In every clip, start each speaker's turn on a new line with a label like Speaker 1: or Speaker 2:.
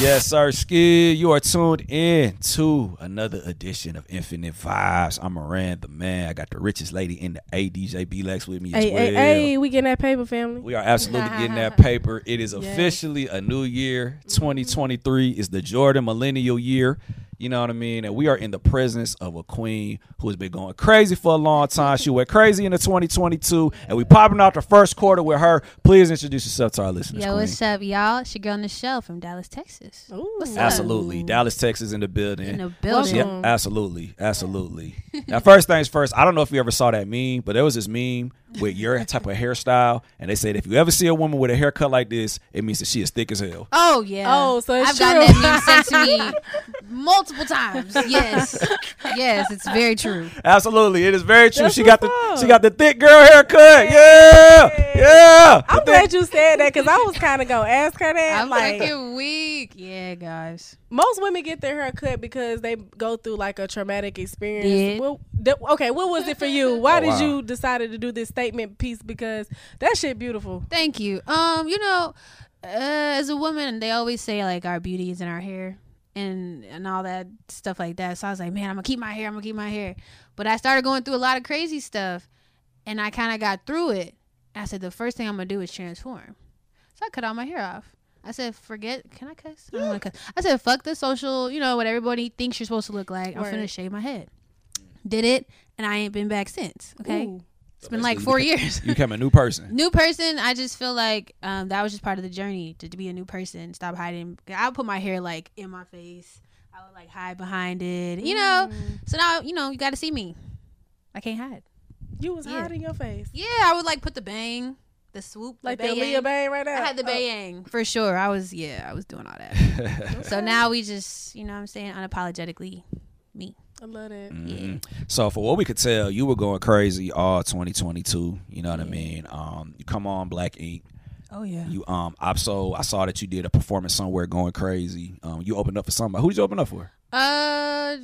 Speaker 1: Yes, sir. Skill, you are tuned in to another edition of Infinite Vibes. I'm Moran, the man. I got the richest lady in the A, DJ B-Lex, with me
Speaker 2: Hey,
Speaker 1: as well.
Speaker 2: hey, hey, we getting that paper, family.
Speaker 1: We are absolutely getting that paper. It is officially a new year. 2023 is the Jordan Millennial Year. You know what I mean? And we are in the presence of a queen who has been going crazy for a long time. She went crazy in the 2022, and we popping out the first quarter with her. Please introduce yourself to our listeners.
Speaker 3: Yo,
Speaker 1: queen.
Speaker 3: what's up, y'all? It's your girl Nichelle from Dallas, Texas.
Speaker 2: Ooh.
Speaker 3: What's up?
Speaker 1: Absolutely. Dallas, Texas in the building.
Speaker 3: In the building.
Speaker 2: Welcome.
Speaker 1: Yeah, absolutely. Absolutely. now, first things first, I don't know if you ever saw that meme, but there was this meme with your type of hairstyle. And they said, if you ever see a woman with a haircut like this, it means that she is thick as hell.
Speaker 3: Oh yeah.
Speaker 2: Oh, so it's
Speaker 3: I've gotten
Speaker 2: true.
Speaker 3: that meme sent to me multiple times. Yes, yes, it's very true.
Speaker 1: Absolutely. It is very true.
Speaker 2: That's
Speaker 1: she got the
Speaker 2: what's up.
Speaker 1: she got the thick girl haircut. Yeah. Yeah.
Speaker 2: I'm glad you said that because I was kind of gonna ask her that.
Speaker 3: I'm
Speaker 2: like,
Speaker 3: freaking weak. Yeah, guys.
Speaker 2: most women get their hair cut because they go through like a traumatic experience.
Speaker 3: Yeah.
Speaker 2: What- the- okay, what was it for you? Why
Speaker 1: Oh,
Speaker 2: did
Speaker 1: wow.
Speaker 2: you decided to do this statement piece? Because that shit beautiful.
Speaker 3: Thank you. Um, you know, uh, as a woman, they always say like our beauty is in our hair and and all that stuff like that. So I was like, man, I'm gonna keep my hair. I'm gonna keep my hair. But I started going through a lot of crazy stuff, and I kind of got through it. I said the first thing I'm gonna do is transform. So I cut all my hair off. I said, forget. Can I cuss? I don't want to cuss. I said, fuck the social. You know what everybody thinks you're supposed to look like. I'm
Speaker 2: Word.
Speaker 3: finna shave my head. Did it, and I ain't been back since. Okay,
Speaker 2: Ooh.
Speaker 3: it's been like
Speaker 1: basically,
Speaker 3: four
Speaker 1: you
Speaker 3: years
Speaker 1: You became a new person.
Speaker 3: new person i just feel like um, that was just part of the journey to, to be a new person stop hiding i'll put my hair like in my face i would like hide behind it you know
Speaker 2: Mm.
Speaker 3: so now you know you got to see me Mm. i can't hide
Speaker 2: You was
Speaker 3: Yeah.
Speaker 2: hiding your face
Speaker 3: yeah i would like put the bang the swoop
Speaker 2: like
Speaker 3: the
Speaker 2: that
Speaker 3: bang.
Speaker 2: Leah Bang right
Speaker 3: i
Speaker 2: now.
Speaker 3: had the
Speaker 2: Oh,
Speaker 3: bayang for sure i was yeah i was doing all that so now we just you know what i'm saying unapologetically
Speaker 2: I love that.
Speaker 1: Mhm. So for what we could tell, you were going crazy all 2022. You know what I mean? Um, you come on, Black Ink.
Speaker 3: oh yeah
Speaker 1: You um, I so I saw that you did a performance somewhere going crazy. Um, you opened up for somebody. Who did you open up for?
Speaker 3: uh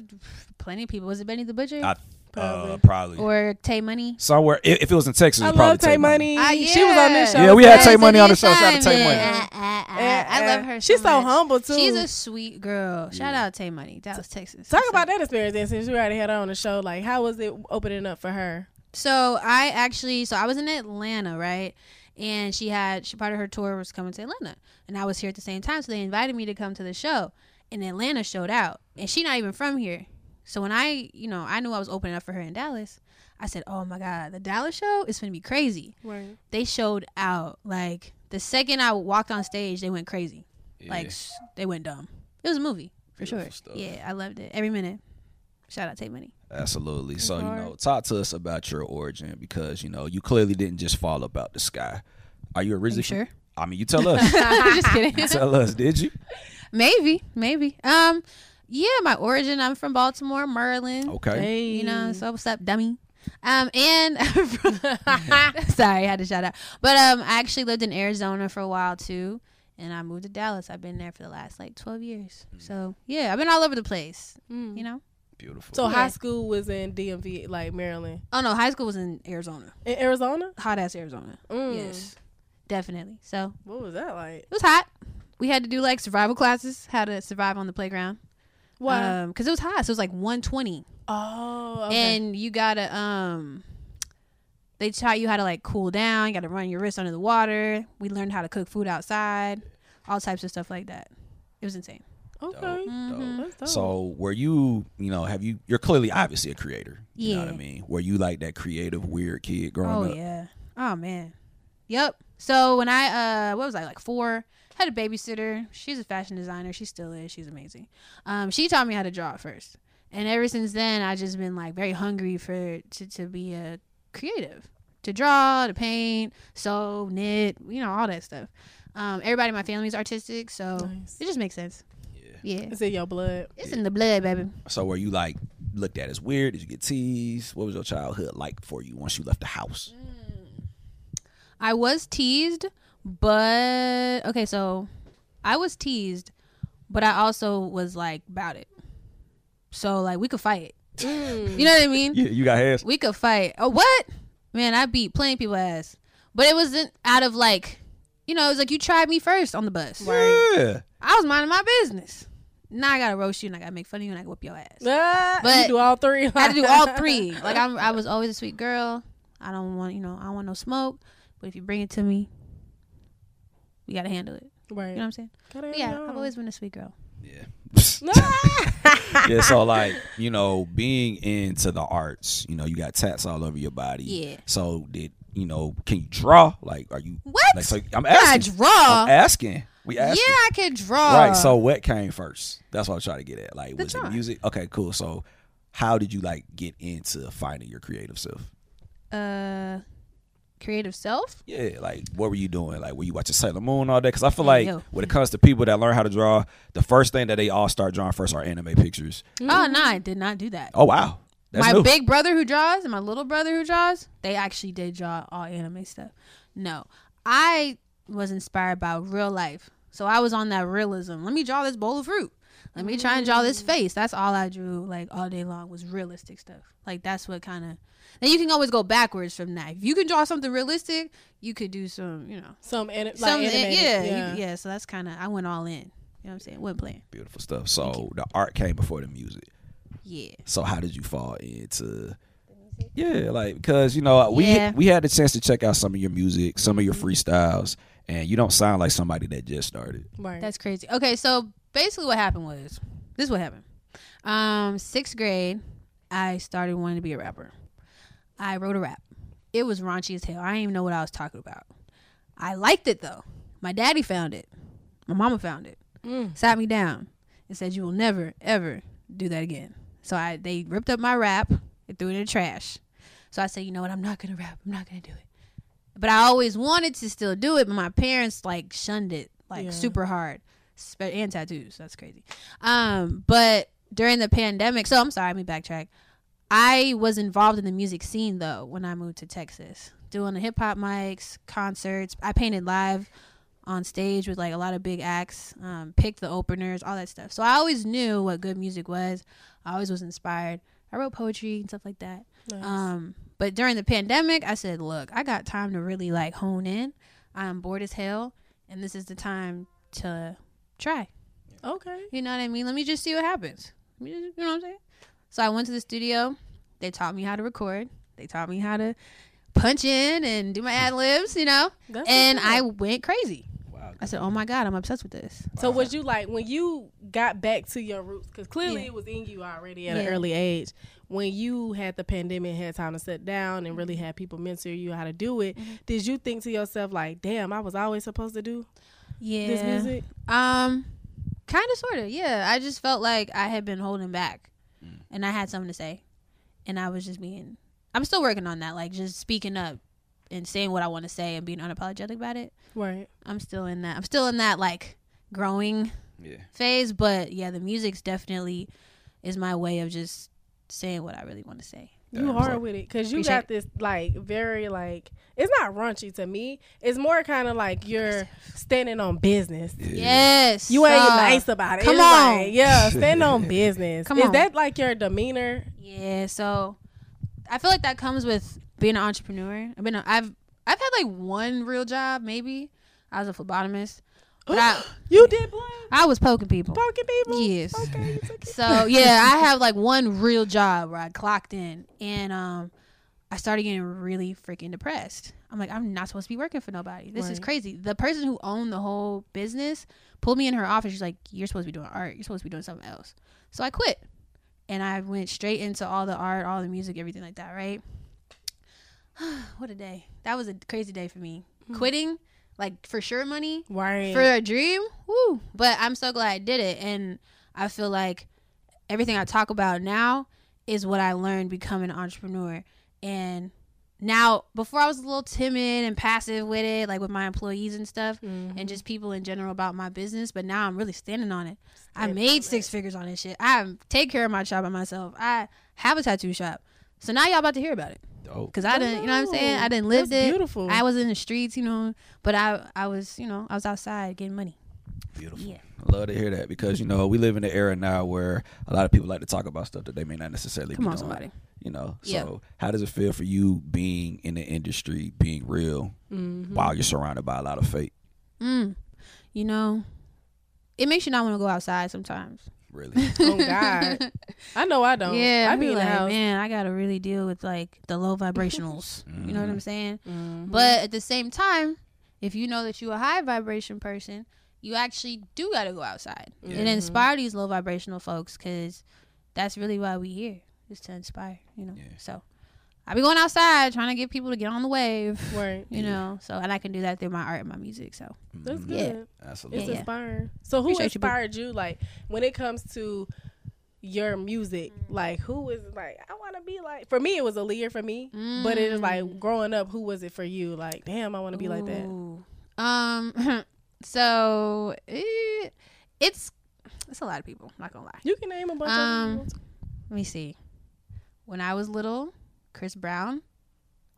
Speaker 3: plenty of people was it benny the butcher
Speaker 1: I, uh,
Speaker 2: Probably.
Speaker 1: probably
Speaker 3: or tay money
Speaker 1: somewhere. If, if it was in Texas, it
Speaker 2: I
Speaker 1: was probably
Speaker 2: love Tay Money.
Speaker 3: Ah,
Speaker 2: She was on this show.
Speaker 1: Yeah, we had
Speaker 3: Yes,
Speaker 1: Tay
Speaker 3: it
Speaker 1: Money on the
Speaker 3: is
Speaker 1: show. Shout out to Tay
Speaker 3: Simon.
Speaker 1: Money.
Speaker 3: Ah, ah, ah. I
Speaker 2: Yeah,
Speaker 3: love
Speaker 2: yeah.
Speaker 3: her. So
Speaker 2: eh. She's so
Speaker 3: much.
Speaker 2: humble too.
Speaker 3: She's a sweet girl. Shout out Tay Money, Dallas, Texas.
Speaker 2: Talk
Speaker 3: So-
Speaker 2: about that experience then, since you already had her on the show. Like, how was it opening up for her?
Speaker 3: So I actually, so I was in Atlanta, right? And she had she part of her tour was coming to Atlanta, and I was here at the same time. So they invited me to come to the show, and Atlanta showed out, and she not even from here. So when I, you know, I knew I was opening up for her in Dallas. I said, "Oh my God, the Dallas show is gonna be crazy."
Speaker 2: Right.
Speaker 3: They showed out. Like the second I walked on stage, they went crazy. Like sh- they went dumb. It was a movie for
Speaker 1: Beautiful
Speaker 3: sure.
Speaker 1: stuff.
Speaker 3: Yeah, I loved it every minute. Shout out Tate Money.
Speaker 1: Absolutely. So, you
Speaker 2: hard.
Speaker 1: know, talk to us about your origin because, you know, you clearly didn't just fall about the sky. Are you originally?
Speaker 3: sure?
Speaker 1: I mean, you tell us.
Speaker 3: Just kidding.
Speaker 1: tell us, did you?
Speaker 3: maybe, maybe. Um, yeah, my origin. I'm from Baltimore, Maryland.
Speaker 1: Okay.
Speaker 3: You know, so what's up, dummy? Um, and I'm from- sorry, I had to shout out. But um, I actually lived in Arizona for a while too, and I moved to Dallas. I've been there for the last like 12 years.
Speaker 1: Mm.
Speaker 3: So yeah, I've been all over the place.
Speaker 2: Mm.
Speaker 3: You know.
Speaker 1: Beautiful.
Speaker 2: So
Speaker 3: Yeah.
Speaker 2: high school was in DMV, like Maryland,
Speaker 3: Oh no, high school was in Arizona.
Speaker 2: in Arizona.
Speaker 3: Hot ass Arizona.
Speaker 2: Mm.
Speaker 3: Yes, definitely. So
Speaker 2: What was that like?
Speaker 3: it was hot. We had to do like survival classes, how to survive on the playground.
Speaker 2: Wow.
Speaker 3: Because it was hot. So it was like 120.
Speaker 2: oh.
Speaker 3: And you got to, um, they taught you how to like cool down. You got to run your wrist under the water. We learned how to cook food outside, all types of stuff like that. It was insane. Mm-hmm.
Speaker 2: okay.
Speaker 1: Dope, dope.
Speaker 2: That's dope.
Speaker 1: So, were you, you know, have you, you're clearly obviously a creator. You know what I
Speaker 3: Yeah.
Speaker 1: mean? Were you like that creative, weird kid growing
Speaker 3: Oh,
Speaker 1: up?
Speaker 3: yeah. Oh, man. Yep. So when I, uh, what was I, like four? Had a babysitter. She's a fashion designer. She still is. She's amazing. Um, she taught me how to draw first, and ever since then, I just been like very hungry for to to be a creative, to draw, to paint, sew, knit, you know, all that stuff. Um, everybody in my family is artistic, so
Speaker 2: Nice.
Speaker 3: it just makes sense.
Speaker 1: Yeah.
Speaker 3: Yeah,
Speaker 2: It's in your blood.
Speaker 3: it's in the blood, baby.
Speaker 1: So, were you like looked at as weird? Did you get teased? What was your childhood like for you once you left the house?
Speaker 3: I was teased, but okay, so I was teased, but I also was like about it. So like we could fight.
Speaker 2: Mm.
Speaker 3: You know what I mean?
Speaker 1: Yeah, you got hands.
Speaker 3: We could fight. Oh what? Man, I beat plenty people ass. But it wasn't out of like You know, it's like you tried me first on the bus.
Speaker 1: Yeah.
Speaker 3: I was minding my business. Now I gotta roast you and I gotta make fun of you and I gotta whoop your ass.
Speaker 2: Ah,
Speaker 3: But-
Speaker 2: you do all three.
Speaker 3: I had to do all three. Like I'm, I was always a sweet girl. I don't want, you know, I don't want no smoke. But if you bring it to me, we gotta handle it. You know what
Speaker 2: Right.
Speaker 3: I'm saying? But yeah, I've always been a sweet girl.
Speaker 1: Yeah.
Speaker 2: Ah!
Speaker 1: yeah. So like you know, being into the arts, you know, you got tats all over your body.
Speaker 3: Yeah.
Speaker 1: So did you know? Can you draw? Like, are you
Speaker 3: What?
Speaker 1: Like, so I'm
Speaker 3: I
Speaker 1: asking.
Speaker 3: draw.
Speaker 1: I'm asking. We
Speaker 3: yeah,
Speaker 1: asking.
Speaker 3: I can draw.
Speaker 1: Right. So what came first? That's what I'm trying to get at. Like,
Speaker 3: The
Speaker 1: was it
Speaker 3: drawing.
Speaker 1: music? Okay, cool. So, how did you like get into finding your creative self?
Speaker 3: uh, creative self.
Speaker 1: Yeah, like what were you doing? Like, were you watching Sailor Moon all day? Because I feel like
Speaker 3: Yo.
Speaker 1: when it comes to people that learn how to draw, the first thing that they all start drawing first are anime pictures.
Speaker 3: Oh no, I did not do that.
Speaker 1: Oh wow, that's
Speaker 3: my
Speaker 1: new.
Speaker 3: big brother who draws and my little brother who draws, they actually did draw all anime stuff. No, I was inspired by real life. So I was on that realism. Let me draw this bowl of fruit. Let me try and draw this face. That's all I drew like all day long was realistic stuff. Like that's what kind of. Then you can always go backwards from that. If you can draw something realistic, you could do some, you know,
Speaker 2: Some, ani- like
Speaker 3: some eh,
Speaker 2: animated.
Speaker 3: yeah, you-
Speaker 2: yeah.
Speaker 3: yeah. So that's kind of I went all in. You know what I'm saying? Went playing.
Speaker 1: Beautiful stuff. So the art came before the music.
Speaker 3: Yeah.
Speaker 1: So how did you fall into? Yeah, like because you know we
Speaker 3: Yeah.
Speaker 1: we had the chance to check out some of your music, some of your freestyles, and you don't sound like somebody that just started.
Speaker 2: Right.
Speaker 3: That's crazy. Okay, so basically what happened was this is what happened. Um, sixth grade, I started wanting to be a rapper. I wrote a rap. It was raunchy as hell. I didn't even know what I was talking about. I liked it though. My daddy found it. My mama found it.
Speaker 2: Mm.
Speaker 3: Sat me down and said, "You will never, ever do that again." So I they ripped up my rap and threw it in the trash. So I said, "You know what? I'm not gonna rap. I'm not gonna do it." But I always wanted to still do it, but my parents like shunned it like
Speaker 2: Yeah.
Speaker 3: super hard, Spe- and tattoos. That's crazy. Um, but during the pandemic, so I'm sorry, let me backtrack. I was involved in the music scene though when I moved to Texas, doing the hip hop mics, concerts. I painted live on stage with like a lot of big acts, um, picked the openers, all that stuff. So I always knew what good music was. I always was inspired. I wrote poetry and stuff like that.
Speaker 2: Nice.
Speaker 3: Um, but during the pandemic, I said, look, I got time to really like hone in. I'm bored as hell, and this is the time to try.
Speaker 2: okay.
Speaker 3: You know what I mean? Let me just see what happens. Let me just- You know what I'm saying? So I went to the studio. They taught me how to record. They taught me how to punch in and do my ad libs, you know?
Speaker 2: That's
Speaker 3: And
Speaker 2: what's up.
Speaker 3: I went crazy.
Speaker 1: Wow.
Speaker 3: I said, oh my God, I'm obsessed with this.
Speaker 2: So was you like when you got back to your roots? Because clearly
Speaker 3: Yeah.
Speaker 2: it was in you already at an
Speaker 3: Yeah.
Speaker 2: early age. When you had the pandemic, had time to sit down and
Speaker 3: Mm-hmm.
Speaker 2: really had people mentor you how to do it. Did you think to yourself like, "Damn, I was always supposed to do
Speaker 3: Yeah.
Speaker 2: this music"?
Speaker 3: Um, kind of, sort of. Yeah, I just felt like I had been holding back, and I had something to say, and I was just being. I'm still working on that, like just speaking up and saying what I want to say and being unapologetic about it.
Speaker 2: Right.
Speaker 3: I'm still in that. I'm still in that like growing
Speaker 1: Yeah.
Speaker 3: phase, but yeah, the music's definitely is my way of just saying what I really want to say.
Speaker 2: You
Speaker 1: Yeah,
Speaker 2: hard
Speaker 1: like-
Speaker 2: with it because you
Speaker 3: Appreciate
Speaker 2: got this like very like it's not raunchy to me. It's more kind of like you're standing on business.
Speaker 3: Yes,
Speaker 2: You ain't
Speaker 3: uh,
Speaker 2: nice about it.
Speaker 3: come
Speaker 2: It's like,
Speaker 3: on.
Speaker 2: yeah, stand on business.
Speaker 3: Come
Speaker 2: Is
Speaker 3: on.
Speaker 2: that like your demeanor?
Speaker 3: Yeah, so I feel like that comes with being an entrepreneur. I've been a, I've I've had like one real job maybe. I was a phlebotomist, but I
Speaker 2: You did blood
Speaker 3: I was poking people.
Speaker 2: poking people.
Speaker 3: Yes.
Speaker 2: Okay, you took it.
Speaker 3: So yeah, I have like one real job where I clocked in, and um, I started getting really freaking depressed. I'm like, I'm not supposed to be working for nobody. This is
Speaker 2: Right.
Speaker 3: crazy. The person who owned the whole business pulled me in her office. She's like, You're supposed to be doing art. You're supposed to be doing something else. So I quit, and I went straight into all the art, all the music, everything like that. Right? what a day. That was a crazy day for me. Quitting, like for sure, money
Speaker 2: Right.
Speaker 3: for a dream. Woo! But I'm so glad I did it, and I feel like everything I talk about now is what I learned becoming an entrepreneur. And now, before I was a little timid and passive with it, like with my employees and stuff, and just people in general about my business. But now I'm really standing on it. I
Speaker 2: Standing on
Speaker 3: made six figures on this shit. I take care of my job by myself. I have a tattoo shop. So now y'all about to hear about it
Speaker 1: Oh,
Speaker 3: because I didn't, you know what I'm saying? I didn't live
Speaker 2: That's
Speaker 3: it.
Speaker 2: beautiful.
Speaker 3: I was in the streets, you know, but I, I was, you know, I was outside getting money.
Speaker 1: beautiful.
Speaker 3: Yeah.
Speaker 1: I love to hear that because you know we live in an era now where a lot of people like to talk about stuff that they may not necessarily
Speaker 3: Come
Speaker 1: be
Speaker 3: on,
Speaker 1: doing,
Speaker 3: somebody.
Speaker 1: You know,
Speaker 3: Yeah.
Speaker 1: so how does it feel Mm-hmm.
Speaker 2: Mm-hmm.
Speaker 1: for you being in the industry, being real, while you're surrounded by a lot of fake?
Speaker 3: mm, you know, it makes you not want to go outside sometimes.
Speaker 1: Really?
Speaker 2: Oh God, I know I don't.
Speaker 3: yeah,
Speaker 2: I
Speaker 3: I'd
Speaker 2: be
Speaker 3: be
Speaker 2: in the
Speaker 3: like,
Speaker 2: house.
Speaker 3: man, I gotta really deal with like the low vibrationals. You know what I'm saying?
Speaker 1: Mm-hmm.
Speaker 2: Mhm.
Speaker 3: But at the same time, if you know that you're a high vibration person, you actually do gotta go outside
Speaker 1: Mm-hmm.
Speaker 3: and
Speaker 2: Mhm.
Speaker 3: inspire these low vibrational folks because that's really why we here is to inspire. You know,
Speaker 1: Yeah.
Speaker 3: so I be going outside trying to get people to get on the wave.
Speaker 2: Right.
Speaker 3: You
Speaker 1: Yeah.
Speaker 3: know, so and I can do that through my art and my music. So
Speaker 2: That's
Speaker 1: Mhm.
Speaker 2: good.
Speaker 3: Yeah.
Speaker 2: It's
Speaker 1: Absolutely.
Speaker 3: Yeah.
Speaker 2: inspiring. So who
Speaker 3: Appreciate you, boo.
Speaker 2: inspired you, Like when it comes to your music,
Speaker 3: Mm-hmm.
Speaker 2: like who is like I want to be like. For me, it was Aaliyah for me,
Speaker 3: Mm-hmm.
Speaker 2: but it is like growing up. Who was it for you? Like damn, I
Speaker 1: Mm.
Speaker 2: want to be like that.
Speaker 3: Ooh. Um. So eh, it's it's a lot of people. Not gonna lie.
Speaker 2: You can name a bunch
Speaker 3: Um,
Speaker 2: of them.
Speaker 3: Let me see. When I was little, Chris Brown,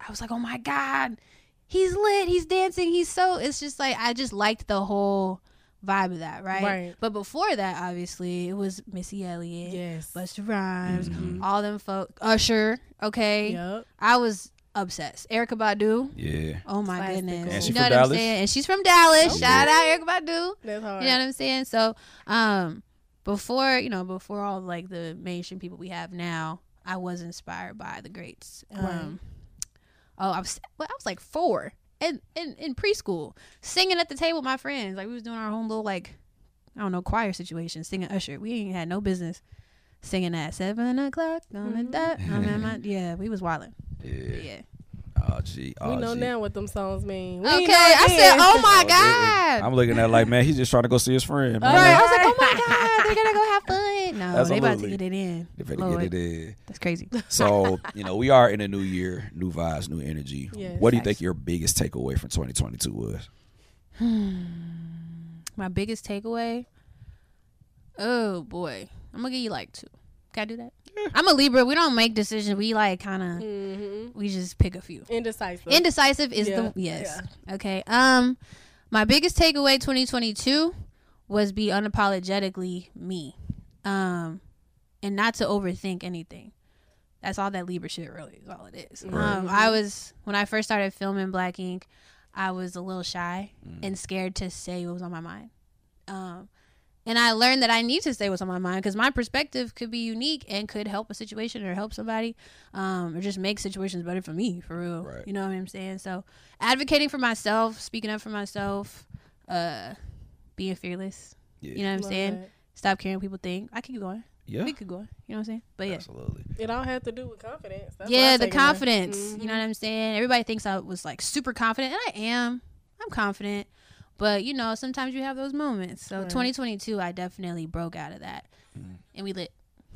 Speaker 3: I was like, oh my god, he's lit. He's dancing. He's so. It's just like I just liked the whole vibe of that, right?
Speaker 2: Right.
Speaker 3: But before that, obviously, it was Missy Elliott,
Speaker 2: Yes.
Speaker 3: Busta Rhymes,
Speaker 1: Mhm.
Speaker 3: all them folk, Usher. Okay,
Speaker 2: Yup.
Speaker 3: I was obsessed. Erica Badu.
Speaker 1: Yeah.
Speaker 3: Oh my
Speaker 2: Classical.
Speaker 3: goodness.
Speaker 1: And she
Speaker 3: you know
Speaker 1: from
Speaker 3: what
Speaker 1: Dallas?
Speaker 3: I'm saying? And she's from Dallas.
Speaker 2: Okay.
Speaker 3: Shout out Eric Badu.
Speaker 2: That's hard.
Speaker 3: You know what I'm saying? So, um, before, you know, before all like the mainstream people we have now, I was inspired by the greats. Um,
Speaker 2: Right.
Speaker 3: oh, I was well, I was like 4 in, in in preschool singing at the table with my friends. Like we was doing our own little like I don't know, choir situation, singing Usher. We ain't had no business singing at seven o'clock on the
Speaker 2: Mhm.
Speaker 3: dot. I'm at my, yeah, we was wilding.
Speaker 1: Yeah.
Speaker 3: Yeah.
Speaker 1: Oh gee. Oh,
Speaker 2: we know
Speaker 1: gee.
Speaker 2: now what them songs mean. We
Speaker 3: Okay,
Speaker 2: know
Speaker 3: I said,
Speaker 2: then.
Speaker 3: oh my
Speaker 1: Oh, yeah.
Speaker 3: god.
Speaker 1: I'm looking at it like, man, he's just trying to go see his friend.
Speaker 2: All
Speaker 1: Man.
Speaker 3: Right,
Speaker 1: Like,
Speaker 3: I was like, oh my god, they're gonna go have fun. No, they about to
Speaker 1: Absolutely.
Speaker 3: get it in.
Speaker 1: they better
Speaker 3: Lord.
Speaker 1: get it in.
Speaker 3: That's crazy.
Speaker 1: So, you know, we are in a new year, new vibes, new energy.
Speaker 2: Yes.
Speaker 1: what do you think your biggest takeaway from 2022 was?
Speaker 3: My biggest takeaway. Oh boy, I'm gonna give you like two. Can I do that? I'm a Libra. We don't make decisions. We like kind of.
Speaker 2: Mhm.
Speaker 3: We just pick a few.
Speaker 2: Indecisive.
Speaker 3: Indecisive is
Speaker 2: Yeah,
Speaker 3: the yes. Okay. Um, my biggest takeaway 2022 was be unapologetically me, um, and not to overthink anything. That's all that Libra shit really is. All it is.
Speaker 1: Right.
Speaker 3: Um, I was when I first started filming Black Ink, I was a little shy and scared to say what was on my mind. Um, and I learned that I need to say what's on my mind because my perspective could be unique and could help a situation or help somebody um, or just make situations better for me, for real.
Speaker 1: Right.
Speaker 3: You know what I'm saying? So, advocating for myself, speaking up for myself, uh, being fearless.
Speaker 1: Yeah.
Speaker 3: You know what I'm
Speaker 2: Love
Speaker 3: saying?
Speaker 2: that.
Speaker 3: Stop caring what people think. I keep going.
Speaker 1: Yeah.
Speaker 3: We could go. You know what I'm saying? But yeah.
Speaker 1: Absolutely.
Speaker 2: It all had to do with confidence. That's what
Speaker 3: yeah,
Speaker 2: I
Speaker 3: the
Speaker 2: take away.
Speaker 3: confidence.
Speaker 2: Mhm.
Speaker 3: You know what I'm saying? Everybody thinks I was like super confident, and I am. I'm confident, but you know, sometimes you have those moments. So
Speaker 2: Right.
Speaker 3: 2022, I definitely broke out of that,
Speaker 1: Mm.
Speaker 3: and we lit.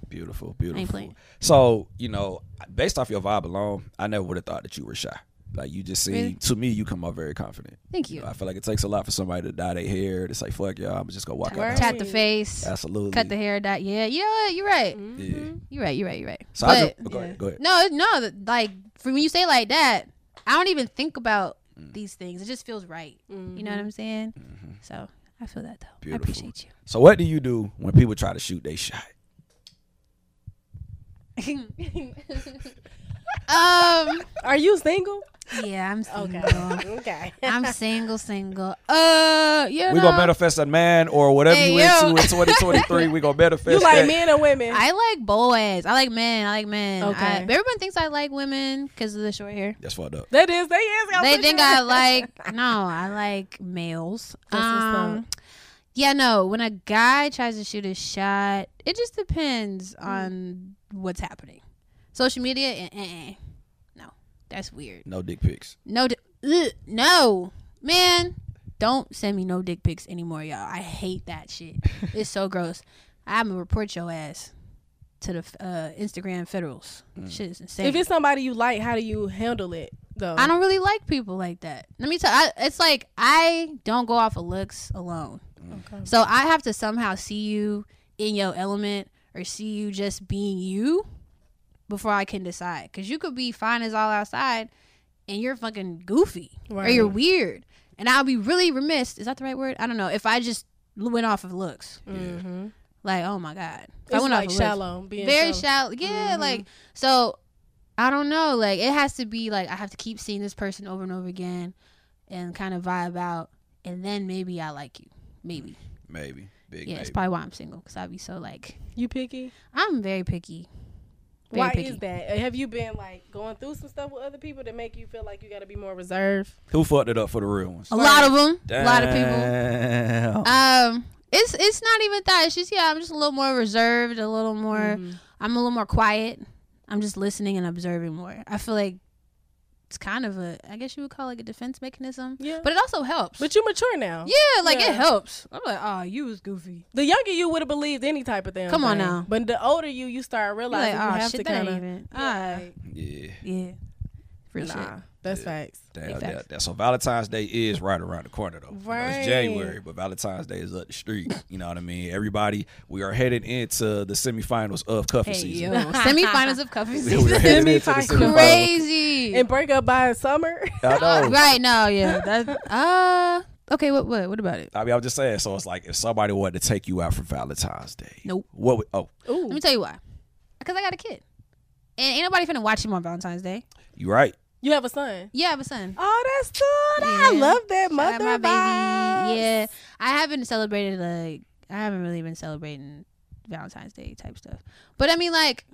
Speaker 1: Beautiful,
Speaker 3: I ain't
Speaker 1: beautiful.
Speaker 3: playing.
Speaker 1: So, you know, based off your vibe alone, I never would have thought that you were shy. Like you just seem
Speaker 3: Really?
Speaker 1: to me, you come out very confident.
Speaker 3: Thank
Speaker 1: You
Speaker 3: you.
Speaker 1: know, I feel like it takes a lot for somebody to dye their hair to say, "Fuck y'all, I'm just gonna walk
Speaker 2: Word.
Speaker 1: out." the house."
Speaker 3: Tap the face,
Speaker 1: Absolutely.
Speaker 3: cut the hair. Dot. Yeah, you know what? You're right.
Speaker 2: Mm.
Speaker 1: Yeah.
Speaker 3: You're right. You're right. You're right.
Speaker 1: So I
Speaker 3: but
Speaker 1: just, go ahead, go ahead.
Speaker 3: no, no, th- like for when you say it like that, I don't even think about
Speaker 1: Mm.
Speaker 3: these things. It just feels right. You
Speaker 2: Mm-hmm.
Speaker 3: know what I'm saying? So I feel that though.
Speaker 1: Mm-hmm. Beautiful.
Speaker 3: I appreciate you.
Speaker 1: So what do you do when people try to shoot they shot?
Speaker 3: um.
Speaker 2: Are you single?
Speaker 3: Yeah, I'm single.
Speaker 2: okay.
Speaker 3: I'm single, single. Uh, you know,
Speaker 1: We gonna manifest a man or whatever
Speaker 3: Hey,
Speaker 1: you
Speaker 3: yo.
Speaker 1: into in 2023. we gonna manifest.
Speaker 2: you like
Speaker 1: that.
Speaker 2: men or women?
Speaker 3: I like boys. I like men. I like men.
Speaker 2: Okay.
Speaker 3: I- everyone thinks I like women because of the short hair.
Speaker 1: That's fucked up.
Speaker 2: that is. They is. gonna
Speaker 3: They
Speaker 2: put
Speaker 3: think
Speaker 2: you-
Speaker 3: I like. No, I like males.
Speaker 2: That's what's
Speaker 3: Um, yeah, no. When a guy tries to shoot a shot, it just depends on what's happening. Social media, eh, eh, eh. no, that's weird.
Speaker 1: No dick pics.
Speaker 3: No, di- ugh, no, man, don't send me no dick pics anymore, y'all. I hate that shit. it's so gross. I'm gonna report your ass to the f- uh, Instagram federals. Shit is insane.
Speaker 2: If it's somebody you like, how do you handle it though?
Speaker 3: I don't really like people like that. Let me tell. I, it's like I don't go off of looks alone.
Speaker 2: Okay.
Speaker 3: So I have to somehow see you in your element or see you just being you before I can decide. Because you could be fine as all outside, and you're fucking goofy
Speaker 2: Right.
Speaker 3: or you're weird. And I'll be really remiss. Is that the right word? I don't know. If I just went off of looks,
Speaker 2: Mm-hmm.
Speaker 3: like oh my god, If
Speaker 2: It's
Speaker 3: I went
Speaker 2: like
Speaker 3: off of looks
Speaker 2: shallow. mm-hmm. Being
Speaker 3: very
Speaker 2: shallow.
Speaker 3: shallow. Yeah, like so. I don't know. Like it has to be like I have to keep seeing this person over and over again, and kind of vibe out, and and then maybe I like you.
Speaker 2: Mm.
Speaker 3: Maybe.
Speaker 1: Maybe. Big
Speaker 3: yeah, it's
Speaker 1: maybe.
Speaker 3: probably why I'm single because I'd be so like
Speaker 2: You picky?
Speaker 3: I'm very picky. Very
Speaker 2: Why
Speaker 3: picky.
Speaker 2: is that? Uh, Have you been like going through some stuff with other people that make you feel like you got to be more reserved?
Speaker 1: Who fucked it up for the real ones?
Speaker 3: A lot of them. A lot of people.
Speaker 1: Damn.
Speaker 3: Um, it's it's not even that. It's just yeah, I'm just a little more reserved, a little more.
Speaker 2: Mm-hmm.
Speaker 3: I'm a little more quiet. I'm just listening and observing more. I feel like it's kind of a, I guess you would call it like a defense mechanism.
Speaker 2: Yeah.
Speaker 3: But it also helps.
Speaker 2: But you mature now.
Speaker 3: yeah, like
Speaker 2: Yeah.
Speaker 3: it helps. I'm like, oh, you was goofy.
Speaker 2: The younger you would have believed any type of thing.
Speaker 3: Come on now.
Speaker 2: But the older you, you start
Speaker 3: You're
Speaker 2: realizing
Speaker 3: like,
Speaker 2: you
Speaker 3: oh
Speaker 2: have
Speaker 3: shit,
Speaker 2: to
Speaker 3: that ain't
Speaker 2: kind
Speaker 3: even.
Speaker 2: of.
Speaker 3: Yeah.
Speaker 1: Yeah.
Speaker 3: yeah. Real shit.
Speaker 2: nah, that's
Speaker 1: Yeah.
Speaker 2: facts.
Speaker 1: Damn,
Speaker 3: Big facts.
Speaker 1: that, that's so Valentine's Day is right around the corner though. You know,
Speaker 2: Right.
Speaker 1: it's January, but Valentine's Day is up the street. You know what I mean? Everybody, we are headed into the semifinals of cuffing
Speaker 3: Hey
Speaker 1: season.
Speaker 3: yo, semifinals of cup
Speaker 1: we are
Speaker 3: season.
Speaker 1: headed into the
Speaker 2: Semifinals.
Speaker 1: semifinals.
Speaker 3: Crazy. Uh,
Speaker 2: And break up by summer.
Speaker 1: I know.
Speaker 3: Right now, yeah. That uh okay, what what what about it?
Speaker 1: I mean, I'm just saying. So it's like if somebody wanted to take you out for Valentine's Day,
Speaker 3: Nope.
Speaker 1: What? Would, oh,
Speaker 3: Let
Speaker 2: Ooh.
Speaker 3: me tell you why. Because I got a kid. And ain't nobody finna watch him on Valentine's Day.
Speaker 1: you right?
Speaker 2: You have a son.
Speaker 3: Yeah, I have a son.
Speaker 2: Oh, that's good. I
Speaker 3: Yeah.
Speaker 2: love that
Speaker 3: Shout
Speaker 2: mother
Speaker 3: out my
Speaker 2: vibes.
Speaker 3: baby. Yeah, I haven't celebrated like I haven't really been celebrating Valentine's Day type stuff. But I mean, like,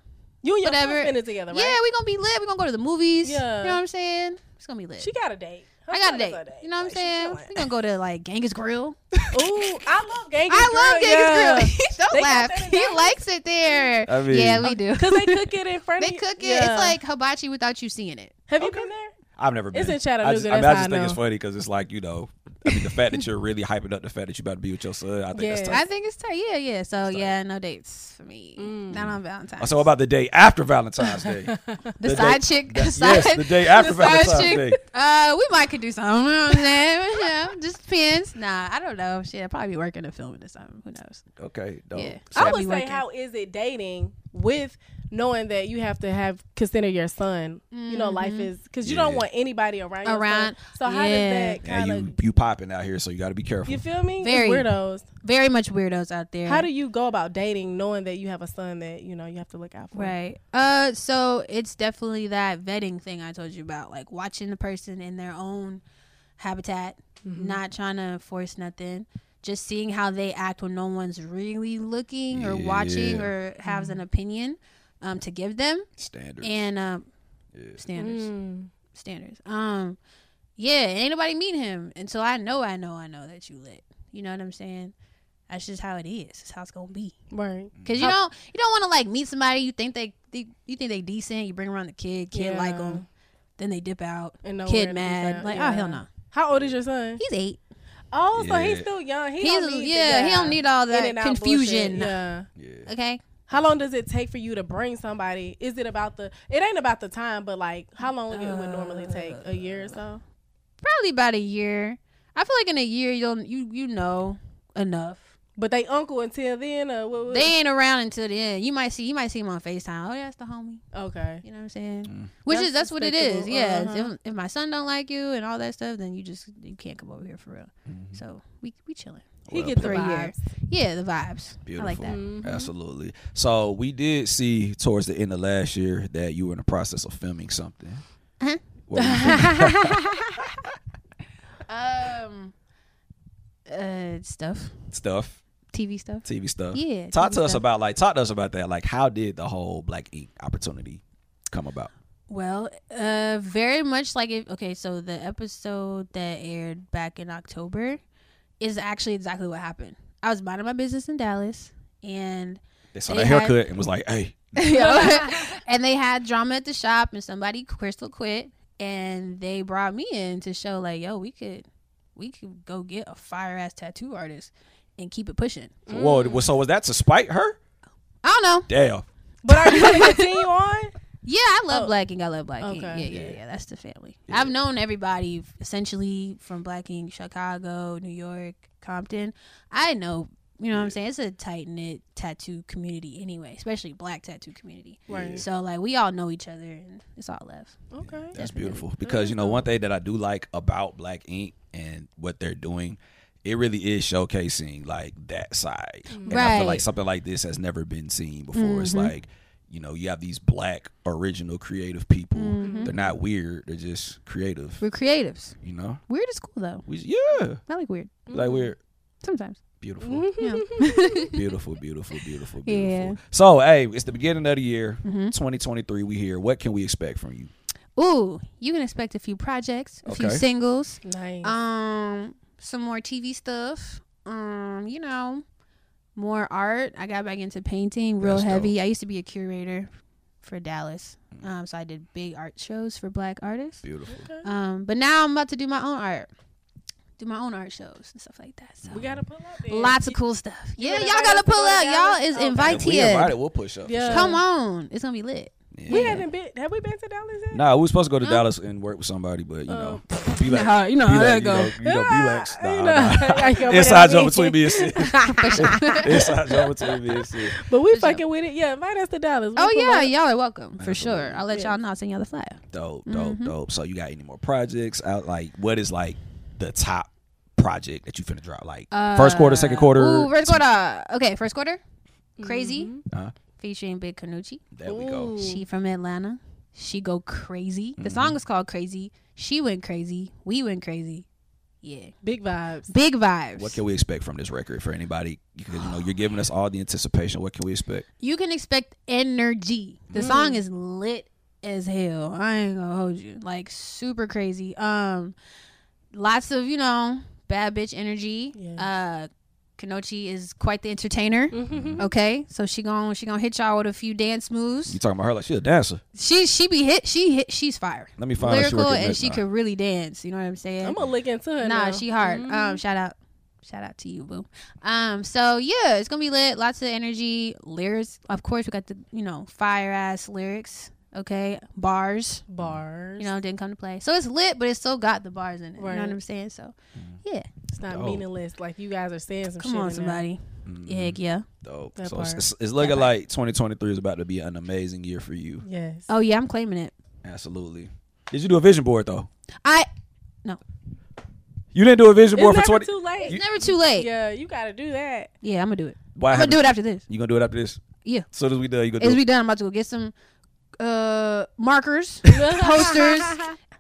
Speaker 2: You and your
Speaker 3: Whatever.
Speaker 2: husband is together, right?
Speaker 3: yeah, we gonna be lit. We gonna go to the movies.
Speaker 2: Yeah.
Speaker 3: you know what I'm saying? It's gonna be lit.
Speaker 2: She got a date. Her
Speaker 3: I got a
Speaker 2: son is
Speaker 3: date.
Speaker 2: on
Speaker 3: You know what I'm
Speaker 2: Like, she
Speaker 3: saying? We
Speaker 2: chilling.
Speaker 3: gonna go to like Genghis Grill.
Speaker 2: Ooh, I love Genghis
Speaker 3: I love
Speaker 2: Grill,
Speaker 3: Genghis Grill. Don't
Speaker 2: They got
Speaker 3: laugh.
Speaker 2: that in
Speaker 3: He
Speaker 2: Vegas.
Speaker 3: likes it there.
Speaker 1: I mean-
Speaker 3: yeah, we do.
Speaker 2: Because they cook it in front
Speaker 3: They
Speaker 2: of you.
Speaker 3: cook it.
Speaker 2: Yeah.
Speaker 3: It's like hibachi without you seeing it.
Speaker 2: Have you been there?
Speaker 1: I've never been.
Speaker 2: It's in
Speaker 1: I just,
Speaker 2: Chattanooga,
Speaker 1: I, mean,
Speaker 2: that's
Speaker 1: I
Speaker 2: how
Speaker 1: just
Speaker 2: I
Speaker 1: think it's
Speaker 2: know.
Speaker 1: funny because it's like you know, I mean, the fact that you're really hyping up the fact that you about to be with your son. I think that's
Speaker 2: Yeah.
Speaker 1: tough.
Speaker 3: I think it's tight. Yeah, yeah. So yeah, no dates for me.
Speaker 2: Mm.
Speaker 3: Not on Valentine's.
Speaker 1: So what about the day after Valentine's Day?
Speaker 3: the,
Speaker 1: the
Speaker 3: side
Speaker 1: day-
Speaker 3: chick.
Speaker 1: that-
Speaker 3: the side,
Speaker 1: yes, the day after
Speaker 3: the side
Speaker 1: Valentine's
Speaker 3: chick.
Speaker 1: Day.
Speaker 3: Uh, we might could do something. You know what I'm saying? yeah, just depends. Nah, I don't know. Shit, I'll probably be working or filming or something. Who knows?
Speaker 1: Okay, dope.
Speaker 3: Yeah.
Speaker 1: So-
Speaker 2: I
Speaker 3: Gotta
Speaker 2: would
Speaker 3: be
Speaker 2: say,
Speaker 3: working.
Speaker 2: how is it dating with knowing that you have to have consider your son? You know, life is because you don't
Speaker 1: Yeah.
Speaker 2: want anybody around. Your
Speaker 3: Mm-hmm.
Speaker 2: son.
Speaker 3: Around-
Speaker 2: So how
Speaker 3: yeah.
Speaker 2: does that
Speaker 1: Yeah,
Speaker 2: kind of
Speaker 1: you you popping out here, so you got to be careful.
Speaker 2: you feel me? It's
Speaker 3: Very.
Speaker 2: weirdos.
Speaker 3: Very much weirdos out there.
Speaker 2: How do you go about dating knowing that you have a son that you know you have to look out for?
Speaker 3: Right. Uh so it's definitely that vetting thing I told you about, like watching the person in their own habitat,
Speaker 2: Mm-hmm.
Speaker 3: not trying to force nothing, just seeing how they act when no one's really looking or watching
Speaker 1: Yeah.
Speaker 3: or has
Speaker 2: Mm-hmm.
Speaker 3: an opinion um to give them
Speaker 1: Standards.
Speaker 3: and um
Speaker 1: Yeah.
Speaker 3: standards.
Speaker 1: Mm.
Speaker 3: Standards. Um yeah, and ain't nobody meet him until I know I know I know that you lit. You know what I'm saying? That's just how it is. It's how it's gonna be.
Speaker 2: Right.
Speaker 3: Cause you don't you don't want to like meet somebody you think they, they you think they decent. You bring around the kid, kid
Speaker 2: Yeah.
Speaker 3: like them, then they dip out.
Speaker 2: And nowhere to
Speaker 3: kid
Speaker 2: be
Speaker 3: mad,
Speaker 2: found.
Speaker 3: like
Speaker 2: Yeah.
Speaker 3: oh hell no.
Speaker 2: How old is your son?
Speaker 3: He's eight.
Speaker 2: Oh, so he's
Speaker 1: Yeah.
Speaker 2: still young. He
Speaker 3: He's
Speaker 2: don't need
Speaker 3: yeah, He don't need all that
Speaker 2: in-and-out
Speaker 3: confusion.
Speaker 2: bullshit. Yeah.
Speaker 1: Yeah.
Speaker 3: Okay.
Speaker 2: How long does it take for you to bring somebody? Is it about the? It ain't about the time, but like how long it would normally take? A year or so.
Speaker 3: Probably about a year. I feel like in a year you'll you you know enough.
Speaker 2: But they uncle until then. Uh, what, what?
Speaker 3: They ain't around until the end. You might see you might see him on Facetime. Oh, that's the homie.
Speaker 2: okay.
Speaker 3: You know what I'm saying? Which is
Speaker 2: That's
Speaker 3: that's what it is.
Speaker 2: despicable.
Speaker 3: Yeah. If-
Speaker 2: Uh-huh.
Speaker 3: If, my son don't like you and all that stuff, then you just you can't come over here for real. So we we chilling.
Speaker 2: He
Speaker 1: Well
Speaker 2: gets the
Speaker 3: played.
Speaker 2: vibes.
Speaker 3: Yeah, the vibes. I like
Speaker 1: Beautiful.
Speaker 3: that. Mm-hmm.
Speaker 1: Absolutely. So we did see towards the end of last year that you were in the process of filming something.
Speaker 3: Uh-huh.
Speaker 1: What were you filming?
Speaker 3: um, uh, stuff,
Speaker 1: stuff,
Speaker 3: TV stuff.
Speaker 1: TV stuff.
Speaker 3: Yeah,
Speaker 1: Talk
Speaker 3: TV
Speaker 1: to us
Speaker 3: stuff.
Speaker 1: about like talk to us about that. Like how did the whole Black Ink opportunity come about?
Speaker 3: Well, uh, very much like if okay, so the episode that aired back in October is actually exactly what happened. I was minding my business in Dallas, and
Speaker 1: They saw
Speaker 3: They
Speaker 1: that
Speaker 3: had-
Speaker 1: haircut and was like, "Hey,
Speaker 3: and they had drama at the shop, and somebody Crystal quit, and they brought me in to show like, yo, we could, we could go get a fire ass tattoo artist and keep it pushing.
Speaker 1: whoa!" well, So was that to spite her?
Speaker 3: I don't know.
Speaker 1: Damn.
Speaker 2: But are you gonna continue on?
Speaker 3: Yeah, I love
Speaker 2: Oh.
Speaker 3: Black Ink. I love Black Ink. Yeah,
Speaker 2: Okay.
Speaker 3: yeah, yeah, That's the family. I've known everybody essentially from Black Ink, Chicago, New York, Compton. I know, you know what I'm saying? It's a tight knit tattoo community anyway, especially black tattoo community.
Speaker 2: Right.
Speaker 3: So, like, we all know each other and it's all love.
Speaker 2: Okay.
Speaker 1: That's beautiful because you know one thing that I do like about Black Ink and what they're doing, it really is showcasing like that side. And I feel
Speaker 3: Right.
Speaker 1: like something like this has never been seen before. It's like you know, you have these black original creative
Speaker 2: Mm-hmm.
Speaker 1: people.
Speaker 3: Mm-hmm.
Speaker 1: They're not weird. They're just creative.
Speaker 3: We're creatives.
Speaker 1: You know,
Speaker 3: Weird is cool though.
Speaker 1: we yeah,
Speaker 3: I like weird
Speaker 2: Mm-hmm.
Speaker 1: like we're
Speaker 3: sometimes.
Speaker 1: beautiful.
Speaker 3: Yeah.
Speaker 1: beautiful, beautiful, beautiful, beautiful.
Speaker 3: Yeah.
Speaker 1: So, hey, it's the beginning of the year, 2023. We here. What can we expect from you?
Speaker 3: Ooh, you can expect a few projects, a few
Speaker 1: Okay.
Speaker 3: singles,
Speaker 2: Nice.
Speaker 3: um, some more TV stuff. Um, you know, more art. I got back into painting real
Speaker 1: That's
Speaker 3: heavy. I used to be a curator for Dallas, um, so I did big art shows for Black artists.
Speaker 1: Beautiful.
Speaker 3: Um, but now I'm about to do my own art, do my own art shows and stuff like that. So
Speaker 2: we gotta pull up. then.
Speaker 3: lots of cool stuff. Yeah,
Speaker 2: gonna
Speaker 3: y'all
Speaker 2: invite
Speaker 3: gotta
Speaker 2: us to
Speaker 3: pull
Speaker 2: go to
Speaker 3: out. Y'all
Speaker 2: Dallas?
Speaker 3: is Oh,
Speaker 2: Okay.
Speaker 1: If we
Speaker 3: invited.
Speaker 1: invited, we'll push up. for
Speaker 2: Yeah.
Speaker 1: sure.
Speaker 3: Come on, it's gonna be lit.
Speaker 1: Yeah.
Speaker 2: We haven't been. Have we been to Dallas yet?
Speaker 1: Nah, we were supposed to go to
Speaker 3: Huh?
Speaker 1: Dallas and work with somebody, but you know, be like,
Speaker 2: Oh. Nah, you know
Speaker 1: be
Speaker 2: how
Speaker 1: like,
Speaker 2: that go.
Speaker 1: You know, you know, be like, nah,
Speaker 2: Ah, You know,
Speaker 1: nah.
Speaker 2: like, you know
Speaker 1: Inside
Speaker 2: what I
Speaker 1: joke between me and Sid.
Speaker 3: sure.
Speaker 1: Inside joke between me and Sid.
Speaker 2: But we
Speaker 3: For sure.
Speaker 2: fucking with it. Yeah, invite us to Dallas. We
Speaker 3: Oh
Speaker 2: pull
Speaker 3: yeah,
Speaker 2: up.
Speaker 3: y'all are welcome for
Speaker 1: Absolutely.
Speaker 3: sure. I'll let
Speaker 2: Yeah.
Speaker 3: y'all know. I'll send y'all the flyer.
Speaker 1: Dope, dope,
Speaker 2: Mm-hmm.
Speaker 1: dope. So you got any more projects out? Like, what is like the top project that you finna drop? Like first quarter, second quarter.
Speaker 3: Uh, Ooh, first quarter. Okay, first quarter. Crazy
Speaker 1: Uh,
Speaker 3: featuring Big Canucci.
Speaker 1: there we go.
Speaker 2: Ooh.
Speaker 3: She from Atlanta. She go crazy.
Speaker 1: Mm-hmm.
Speaker 3: The song is called Crazy. She went crazy. We went crazy. Yeah,
Speaker 2: Big vibes.
Speaker 3: big vibes.
Speaker 1: What can we expect from this record for anybody? Because you know you're giving us all the anticipation. What can we expect?
Speaker 3: you can expect energy. The song is lit as hell. I ain't gonna hold you. Like super crazy. Um lots of, you know, bad bitch energy.
Speaker 2: Yes.
Speaker 3: Uh Kanochi is quite the entertainer.
Speaker 2: Mhm.
Speaker 3: Okay? So she gon' she gonna hit y'all with a few dance moves.
Speaker 1: You talking about her like she a dancer?
Speaker 3: She she be hit she hit she's fire.
Speaker 1: Let me find out. She
Speaker 3: Lyrical
Speaker 1: working
Speaker 3: and
Speaker 1: next-
Speaker 3: she
Speaker 1: nah.
Speaker 3: could really dance. You know what I'm saying?
Speaker 2: I'm gonna look into her.
Speaker 3: Mm-hmm. Nah,
Speaker 2: now.
Speaker 3: she hard.
Speaker 2: Mhm.
Speaker 3: Um, shout out, shout out to you, boo. Um, so yeah, it's gonna be lit. Lots of energy, lyrics. Of course, we got the you know fire ass lyrics. Okay, bars.
Speaker 2: bars.
Speaker 3: You know, didn't come to play. So it's lit, but it's still got the bars in it. You know
Speaker 2: Right.
Speaker 3: what I'm saying? So
Speaker 2: it's not
Speaker 1: Dope.
Speaker 2: meaningless. Like you guys are saying some shit.
Speaker 3: come
Speaker 2: Mm-hmm. in
Speaker 3: on,
Speaker 2: there.
Speaker 3: somebody.
Speaker 1: Mhm.
Speaker 3: Yeah, Heck yeah.
Speaker 1: Dope.
Speaker 2: That
Speaker 1: So it's,
Speaker 2: part.
Speaker 1: it's, it's looking
Speaker 3: part.
Speaker 1: like 2023 is about to be an amazing year for you.
Speaker 2: Yes.
Speaker 3: Oh yeah, I'm claiming it.
Speaker 1: Absolutely. Did you do a vision board though?
Speaker 3: I.
Speaker 1: You didn't do a vision
Speaker 2: it's
Speaker 1: board
Speaker 2: never
Speaker 1: for 20.
Speaker 2: too late.
Speaker 3: It's never too late. Yeah,
Speaker 2: yeah, you gotta do that.
Speaker 3: I'm gonna do it.
Speaker 1: Why
Speaker 3: I'm gonna
Speaker 1: haven't-
Speaker 3: do it after this.
Speaker 1: You gonna do it after this?
Speaker 3: Yeah.
Speaker 1: As soon as we done, you gonna do
Speaker 3: As
Speaker 1: it.
Speaker 3: we done, I'm about to go get some uh markers, posters,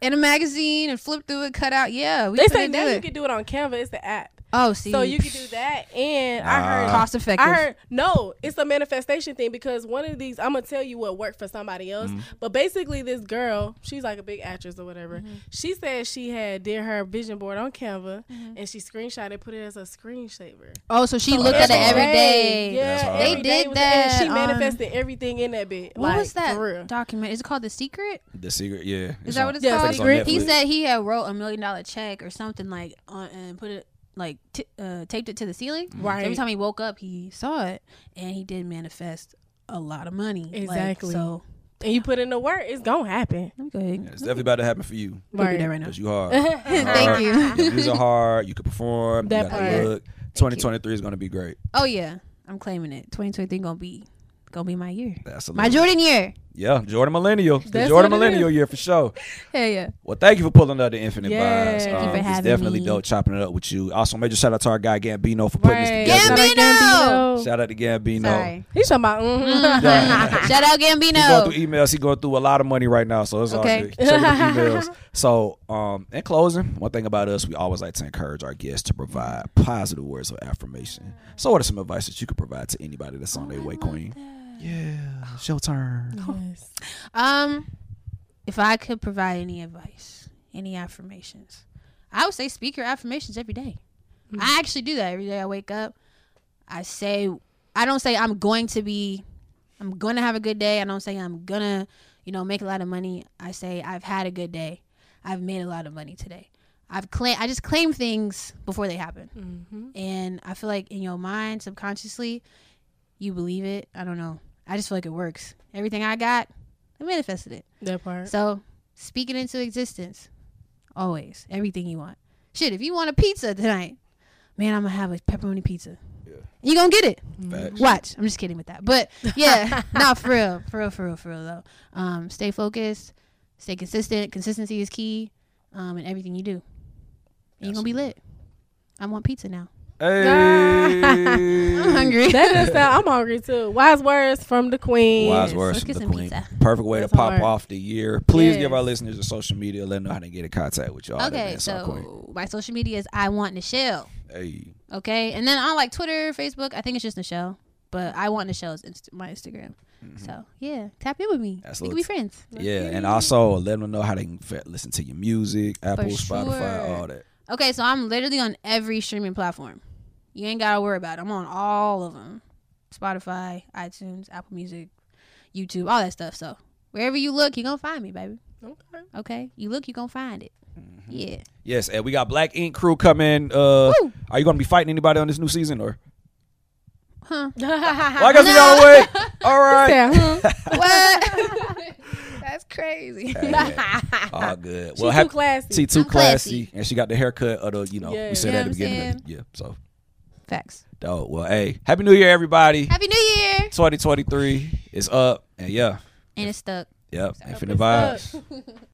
Speaker 3: and a magazine, and flip through it, cut out. Yeah, we
Speaker 2: They
Speaker 3: finna
Speaker 2: say
Speaker 3: do
Speaker 2: now you
Speaker 3: it.
Speaker 2: can do it on Canva. It's the app,
Speaker 3: oh, see,
Speaker 2: so you can do that. And I heard
Speaker 1: Nah.
Speaker 3: cost effective.
Speaker 2: I heard no, it's a manifestation thing because one of these I'm gonna tell you what worked for somebody else. But basically this girl, she's like a big actress or whatever.
Speaker 3: Mm-hmm.
Speaker 2: She said she had did her vision board on Canva
Speaker 3: Mm-hmm.
Speaker 2: and she screenshot it, put it as a screensaver.
Speaker 3: oh, so she
Speaker 1: Oh,
Speaker 3: looked at
Speaker 1: that's
Speaker 3: it
Speaker 1: hard.
Speaker 3: every day.
Speaker 1: That's
Speaker 2: Yeah,
Speaker 1: hard.
Speaker 2: every
Speaker 1: They
Speaker 2: day
Speaker 3: did
Speaker 2: was- and
Speaker 3: that
Speaker 2: she
Speaker 3: on-
Speaker 2: manifested everything in that bit.
Speaker 3: What
Speaker 2: like,
Speaker 3: was that
Speaker 2: For real.
Speaker 3: document? Is it called The Secret?
Speaker 1: The secret, yeah.
Speaker 3: Is that what it's
Speaker 2: yeah,
Speaker 3: called?
Speaker 2: it's on Secret.
Speaker 3: He
Speaker 1: Netflix.
Speaker 3: said he had wrote a million dollar check or something like on and put it like t- uh, taped it to the ceiling. So
Speaker 2: Right.
Speaker 3: every time he woke up, he saw it and he did manifest a lot of money. Like,
Speaker 2: Exactly.
Speaker 3: so
Speaker 2: And you put in the work, it's gonna happen.
Speaker 3: let me go ahead.
Speaker 1: Yeah, it's definitely about to happen for you
Speaker 3: Go do
Speaker 2: Right.
Speaker 3: that right now.
Speaker 1: because you hard. You hard.
Speaker 3: you.
Speaker 1: Your views are hard. You can perform.
Speaker 2: That
Speaker 1: you got
Speaker 2: part.
Speaker 1: the look. 2023 is gonna be great.
Speaker 3: Oh yeah, I'm claiming it. 2023 gonna be gonna be my year,
Speaker 1: Absolutely.
Speaker 3: my Jordan year.
Speaker 1: yeah, Jordan Millennial. It's The
Speaker 2: That's
Speaker 1: Jordan
Speaker 2: what it
Speaker 1: Millennial year for sure.
Speaker 3: Hell yeah.
Speaker 1: Well, thank you for pulling up the Infinite
Speaker 2: Yeah.
Speaker 1: Vibes. Um,
Speaker 2: Thank you
Speaker 3: for
Speaker 1: it's
Speaker 3: having
Speaker 1: definitely
Speaker 3: me.
Speaker 1: dope chopping it up with you. Also, major shout out to our guy Gambino for putting this together.
Speaker 3: Gambino!
Speaker 1: Shout out to Gambino.
Speaker 3: Sorry.
Speaker 2: He's talking about mm
Speaker 3: Shout out
Speaker 1: He going
Speaker 3: Gambino.
Speaker 1: through emails. He going through a lot of money right now, so it's all
Speaker 3: Okay.
Speaker 1: good. Check out the emails. So, um, in closing, one thing about us, we always like to encourage our guests to provide positive words of affirmation. So, what are some advice that you could provide to anybody that's on their way, Queen? Yeah, it's your turn.
Speaker 3: Mm-hmm.
Speaker 2: Yes.
Speaker 3: Um, if I could provide any advice, any affirmations, I would say speak your affirmations every day. I actually do that every day. I wake up, I say, I don't say I'm going to be, I'm going to have a good day. I don't say I'm gonna, you know, make a lot of money. I say I've had a good day. I've made a lot of money today. I've claim, I just claim things before they happen.
Speaker 2: Mm-hmm.
Speaker 3: and I feel like in your mind, subconsciously, you believe it. I don't know. I just feel like it works. Everything I got, I manifested it.
Speaker 2: That part.
Speaker 3: So speak it into existence. Always. Everything you want. Shit, if you want a pizza tonight, man, I'm gonna have a pepperoni pizza.
Speaker 1: Yeah.
Speaker 3: You gonna get it.
Speaker 2: Mm-hmm.
Speaker 1: Facts.
Speaker 3: Watch. I'm just kidding with that. But yeah, not for real. For real, for real, for real though. Um, stay focused, stay consistent. Consistency is key, um, in everything you do. And you're gonna be
Speaker 1: Absolutely.
Speaker 3: lit. I want pizza now.
Speaker 1: Hey.
Speaker 3: I'm hungry.
Speaker 2: That does sound. I'm hungry too. Wise words from the queen.
Speaker 1: Wise
Speaker 3: let's
Speaker 1: words from
Speaker 3: get
Speaker 1: the
Speaker 3: some
Speaker 1: queen.
Speaker 3: pizza.
Speaker 1: Perfect way
Speaker 2: That's
Speaker 1: to pop
Speaker 2: hard.
Speaker 1: off the year. Please
Speaker 2: Yes.
Speaker 1: give our listeners a social media. Let them know how to get in contact with y'all. That
Speaker 3: Okay,
Speaker 1: man, Saw Queen.
Speaker 3: so my social media is I want Nichelle.
Speaker 1: Hey.
Speaker 3: Okay, and then on like Twitter, Facebook, I think it's just Nichelle, but I want Nichelle's inst- my Instagram. So yeah, tap in with me.
Speaker 1: Mm-hmm. That's
Speaker 3: we
Speaker 1: a little
Speaker 3: can
Speaker 1: t-
Speaker 3: be friends.
Speaker 1: Yeah, and also let them know how they can fa- listen to your music, Apple, Spotify,
Speaker 3: sure.
Speaker 1: all that.
Speaker 3: Okay, so I'm literally on every streaming platform. You ain't gotta worry about it. I'm on all of them: Spotify, iTunes, Apple Music, YouTube, all that stuff. So wherever you look, you gonna find me, baby.
Speaker 2: Okay.
Speaker 3: Okay, you look, you gonna find it.
Speaker 1: Mm-hmm.
Speaker 3: Yeah.
Speaker 1: Yes, and we got Black Ink Crew coming. Uh,
Speaker 3: Woo.
Speaker 1: are you going to be fighting anybody on this new season or?
Speaker 3: Huh? Uh,
Speaker 1: Well, I guess we gotta wait. All right.
Speaker 2: Yeah, huh?
Speaker 3: What? That's crazy.
Speaker 1: All good.
Speaker 2: She
Speaker 1: well,
Speaker 2: too
Speaker 1: happy-
Speaker 2: classy.
Speaker 1: she too
Speaker 3: I'm classy.
Speaker 1: classy, and she got the haircut of the you know
Speaker 2: Yeah.
Speaker 1: we said
Speaker 3: You know
Speaker 1: at the
Speaker 3: what I'm
Speaker 1: beginning. of the- yeah. So,
Speaker 3: Facts.
Speaker 1: dog. Well, hey, happy New Year, everybody.
Speaker 3: Happy New Year.
Speaker 1: 2023 is up, and yeah,
Speaker 3: And it's stuck.
Speaker 1: yep, infinite
Speaker 2: it's up.
Speaker 1: vibes.